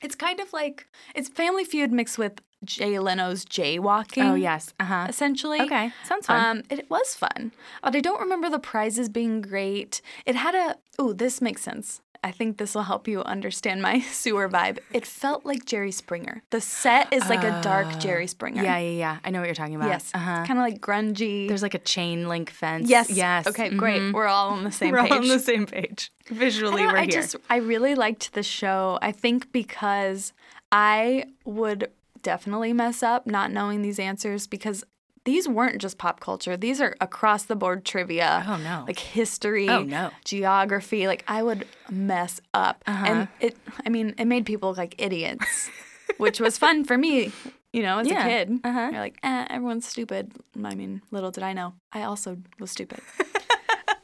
It's kind of like it's Family Feud mixed with Jay Leno's jaywalking.
Oh, yes. Uh huh.
Essentially.
Okay. Sounds fun.
Um, it was fun, but I don't remember the prizes being great. It had a oh, this makes sense. I think this will help you understand my sewer vibe. It felt like Jerry Springer. The set is like a dark Jerry Springer.
Oh. yeah, yeah, yeah. I know what you're talking about.
Yes.
Uh huh.
Kind of like grungy.
There's like a chain link fence.
yes.
Yes.
Okay.
Mhm.
Great. We're all on the same
We're
page.
all on the same page.
I
Visually,
don't know,
we're
I
here.
just I really liked the show. I think because I would definitely mess up not knowing these answers because these weren't just pop culture. These are across the board trivia.
Oh, no.
Like history,
Oh, no. Uh-huh.
geography. Like I would mess up. And it I mean, it made people look like idiots, which was fun for me. You know, as
Yeah.
a kid,
Uh-huh.
you're like, eh, everyone's stupid. I mean, little did I know, I also was stupid.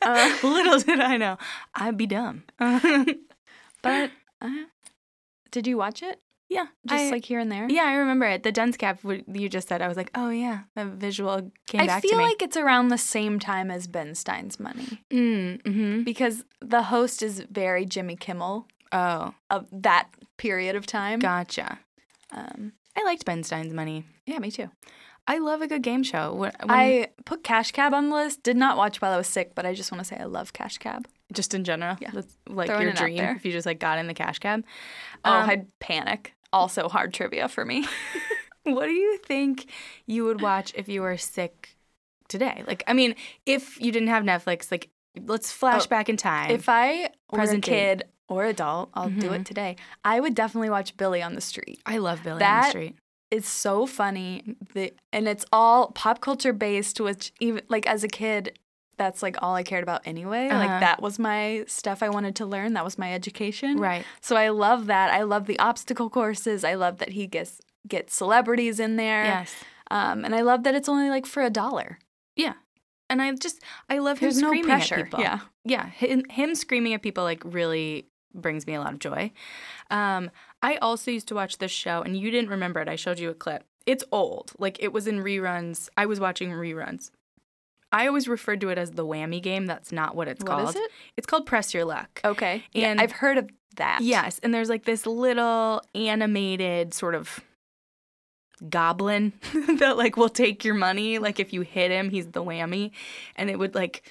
Little did I know, I'd be dumb.
But uh, did you watch it?
Yeah,
Just
I-
like here and there?
yeah, I remember it. The dunce cap what you just said, I was like, oh yeah, the visual came
I
back
feel
to me.
like it's around the same time as Ben Stein's Money
mm, mm-hmm.
because the host is very Jimmy Kimmel
oh,
of that period of time.
gotcha.
Um,
I liked Ben Stein's money.
yeah, me too.
I love a good game show. When, when-
I put Cash Cab on the list. Did not watch while I was sick, but I just want to say I love Cash Cab.
just in general,
Yeah.
that's like
Throwing
your
it out
dream.
there.
If you just like got in the cash cab,
oh, I'd panic. Also hard trivia for me.
what do you think you would watch if you were sick today? Like, I mean, if you didn't have Netflix, like, let's flash
Oh,
back in time.
if I was a
Present day.
kid or adult, I'll do it today. I would definitely watch Billy on the Street.
I love Billy on the
That-
Street.
It's so funny the, and it's all pop culture based which even like as a kid that's like all i cared about anyway
Uh-huh.
like that was my stuff i wanted to learn that was my education
Right.
so i love that i love the obstacle courses i love that he gets gets celebrities in there
Yes.
um, and i love that it's only like for a dollar
Yeah. And I just I love him
there's no
screaming at
pressure
people.
yeah
Yeah. Him, him screaming at people like really brings me a lot of joy. Um, I also used to watch this show, and you didn't remember it. I showed you a clip. It's old. Like it was in reruns. I was watching reruns. I always referred to it as the whammy game. That's not what it's
What
called.
is it?
It's called Press Your Luck.
okay and
And-
i've heard of that
Yes, and there's like this little animated sort of goblin that like will take your money. Like if you hit him, he's the whammy, and it would like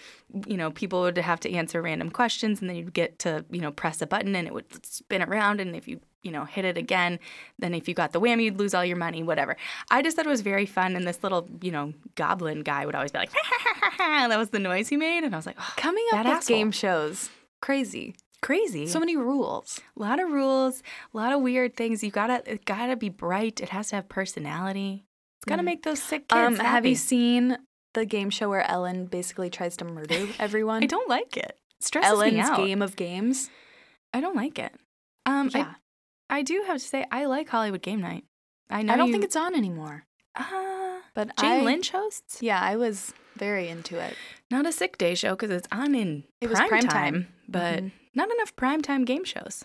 you know people would have to answer random questions, and then you'd get to you know press a button, and it would spin around, and if you you know hit it again, then if you got the whammy, you'd lose all your money, whatever. I just thought it was very fun, and this little you know goblin guy would always be like, that was the noise he made, and I was like, oh,
coming up
That
with
asshole.
game shows crazy
crazy.
so many rules
a lot of rules, a lot of weird things. You gotta it gotta be bright. It has to have personality. It's gotta make those sick kids
Mm-hmm. Um, have
happy.
you seen the game show where Ellen basically tries to murder everyone?
I don't like it. It Stresses
Ellen's
me out.
game of games.
I don't like it. Um,
Yeah.
I, I do have to say I like Hollywood Game Night. I know.
I don't
you-
think it's on anymore.
uh,
But
Jane
I-
Lynch hosts.
Yeah, I was very into it.
Not a sick day show because it's on in
It was prime time.
but
Mhm.
not enough prime time game shows.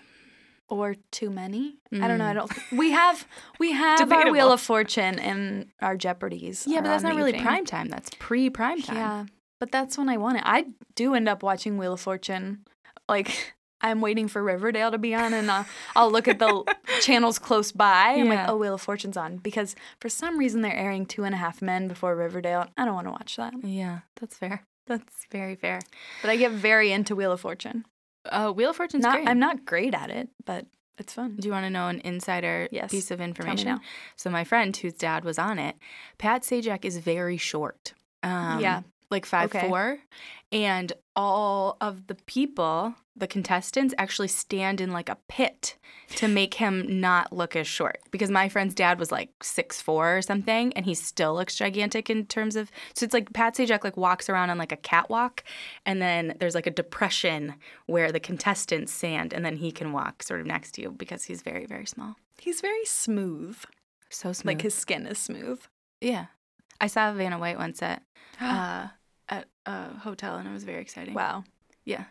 Or too many. I don't know. I don't. We have we have our
Mm. Debatable.
Wheel of Fortune and our Jeopardies. um,
Yeah,
are
but that's
on
not
the
really
evening.
prime time. That's pre prime time.
Yeah, but that's when I want it. I do end up watching Wheel of Fortune. Like I'm waiting for Riverdale to be on, and I'll, I'll look at the channels close by. I'm
Yeah.
like, oh, Wheel of Fortune's on because for some reason they're airing Two and a Half Men before Riverdale. I don't want to watch that,
Yeah, that's fair. That's very fair.
but I get very into Wheel of Fortune.
Uh, Wheel of Fortune's
Not,
great.
I'm not great at it, but it's fun.
Do you want to know an insider
Yes.
piece of
Tell me
information?
now.
So my friend whose dad was on it, Pat Sajak is very short. Um,
Yeah.
Like five
Okay.
four. And all of the people, the contestants, actually stand in like a pit to make him not look as short. Because my friend's dad was like six four or something, and he still looks gigantic in terms of so it's like Pat Sajak like walks around on like a catwalk and then there's like a depression where the contestants stand and then he can walk sort of next to you because he's very, very small.
He's very smooth.
So smooth.
Like his skin is smooth.
Yeah. I saw Vanna White once at uh, at a hotel and it was very exciting.
Wow.
Yeah.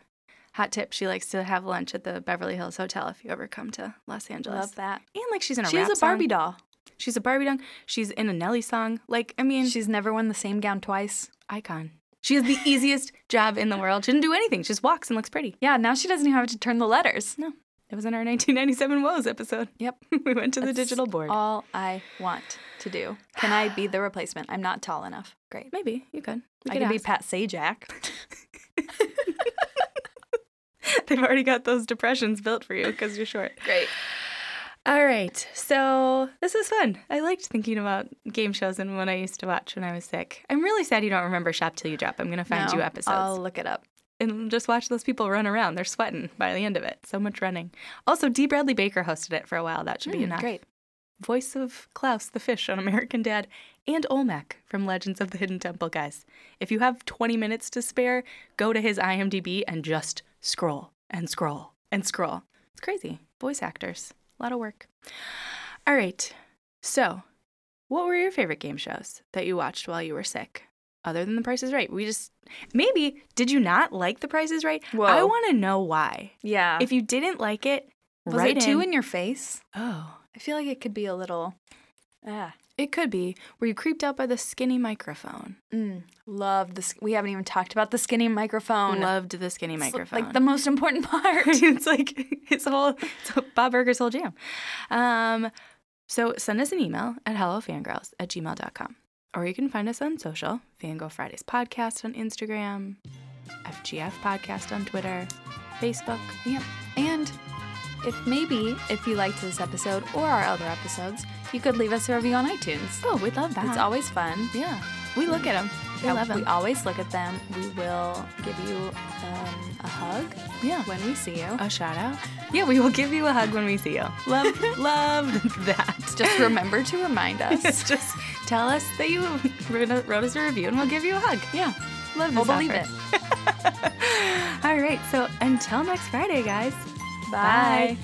Hot tip, she likes to have lunch at the Beverly Hills Hotel if you ever come to Los Angeles.
Love that.
And like she's in a
She's
rap
a Barbie
song.
doll.
She's a Barbie doll. She's in a Nelly song. Like, I mean, she's
She's never worn the same gown twice.
icon. She has the easiest job in the world. She didn't do anything. She just walks and looks pretty.
Yeah, now she doesn't even have to turn the letters.
No. That was on our 1997 Woes episode.
Yep.
we went to the
That's
digital board.
All I want to do. Can I be the replacement? I'm not tall enough. Great.
Maybe you could. We
I
could
can be
ask.
Pat Sajak.
They've already got those depressions built for you because you're short.
Great.
All right. So this is fun. I liked thinking about game shows and what I used to watch when I was sick. I'm really sad you don't remember Shop Till You Drop. I'm going to find
No,
you episodes.
I'll look it up.
and just watch those people run around. They're sweating by the end of it. So much running. Also, D. Bradley Baker hosted it for a while. That should be
Mm,
enough.
Great.
Voice of Klaus the fish on American Dad and Olmec from Legends of the Hidden Temple, guys. If you have 20 minutes to spare, go to his IMDb and just scroll and scroll and scroll. It's crazy. Voice actors, a lot of work. All right. So, what were your favorite game shows that you watched while you were sick? Other than The Price is Right, we just maybe did you not like The Price is Right? I
Whoa.
want to know why.
Yeah.
If you didn't like it,
was
write
it too
in.
in your face?
Oh,
I feel like it could be a little. Ah.
it could be. Were you creeped out by the skinny microphone?
Mm, love this. We haven't even talked about the skinny microphone.
Loved the skinny
It's
microphone.
Like the most important part.
it's like his whole it's Bob Burger's whole jam. Um, so send us an email at hellofangirls at gmail.com. Or you can find us on social, Fangirl Fridays Podcast on Instagram, FGF Podcast on Twitter, Facebook.
Yep. And if maybe if you liked this episode or our other episodes, you could leave us a review on iTunes.
Oh, we love that.
It's always fun.
yeah. We look at them. We
Uh,
love
we
them.
always look at them. We will give you um, a hug
Yeah.
when we see you.
A shout out. Yeah, we will give you a hug when we see you. Love, love that.
Just remember to remind us.
just tell us that you wrote wrote us a review and we'll give you a hug.
yeah.
Love this
We'll believe
effort.
it.
All right. So until next Friday, guys.
Bye.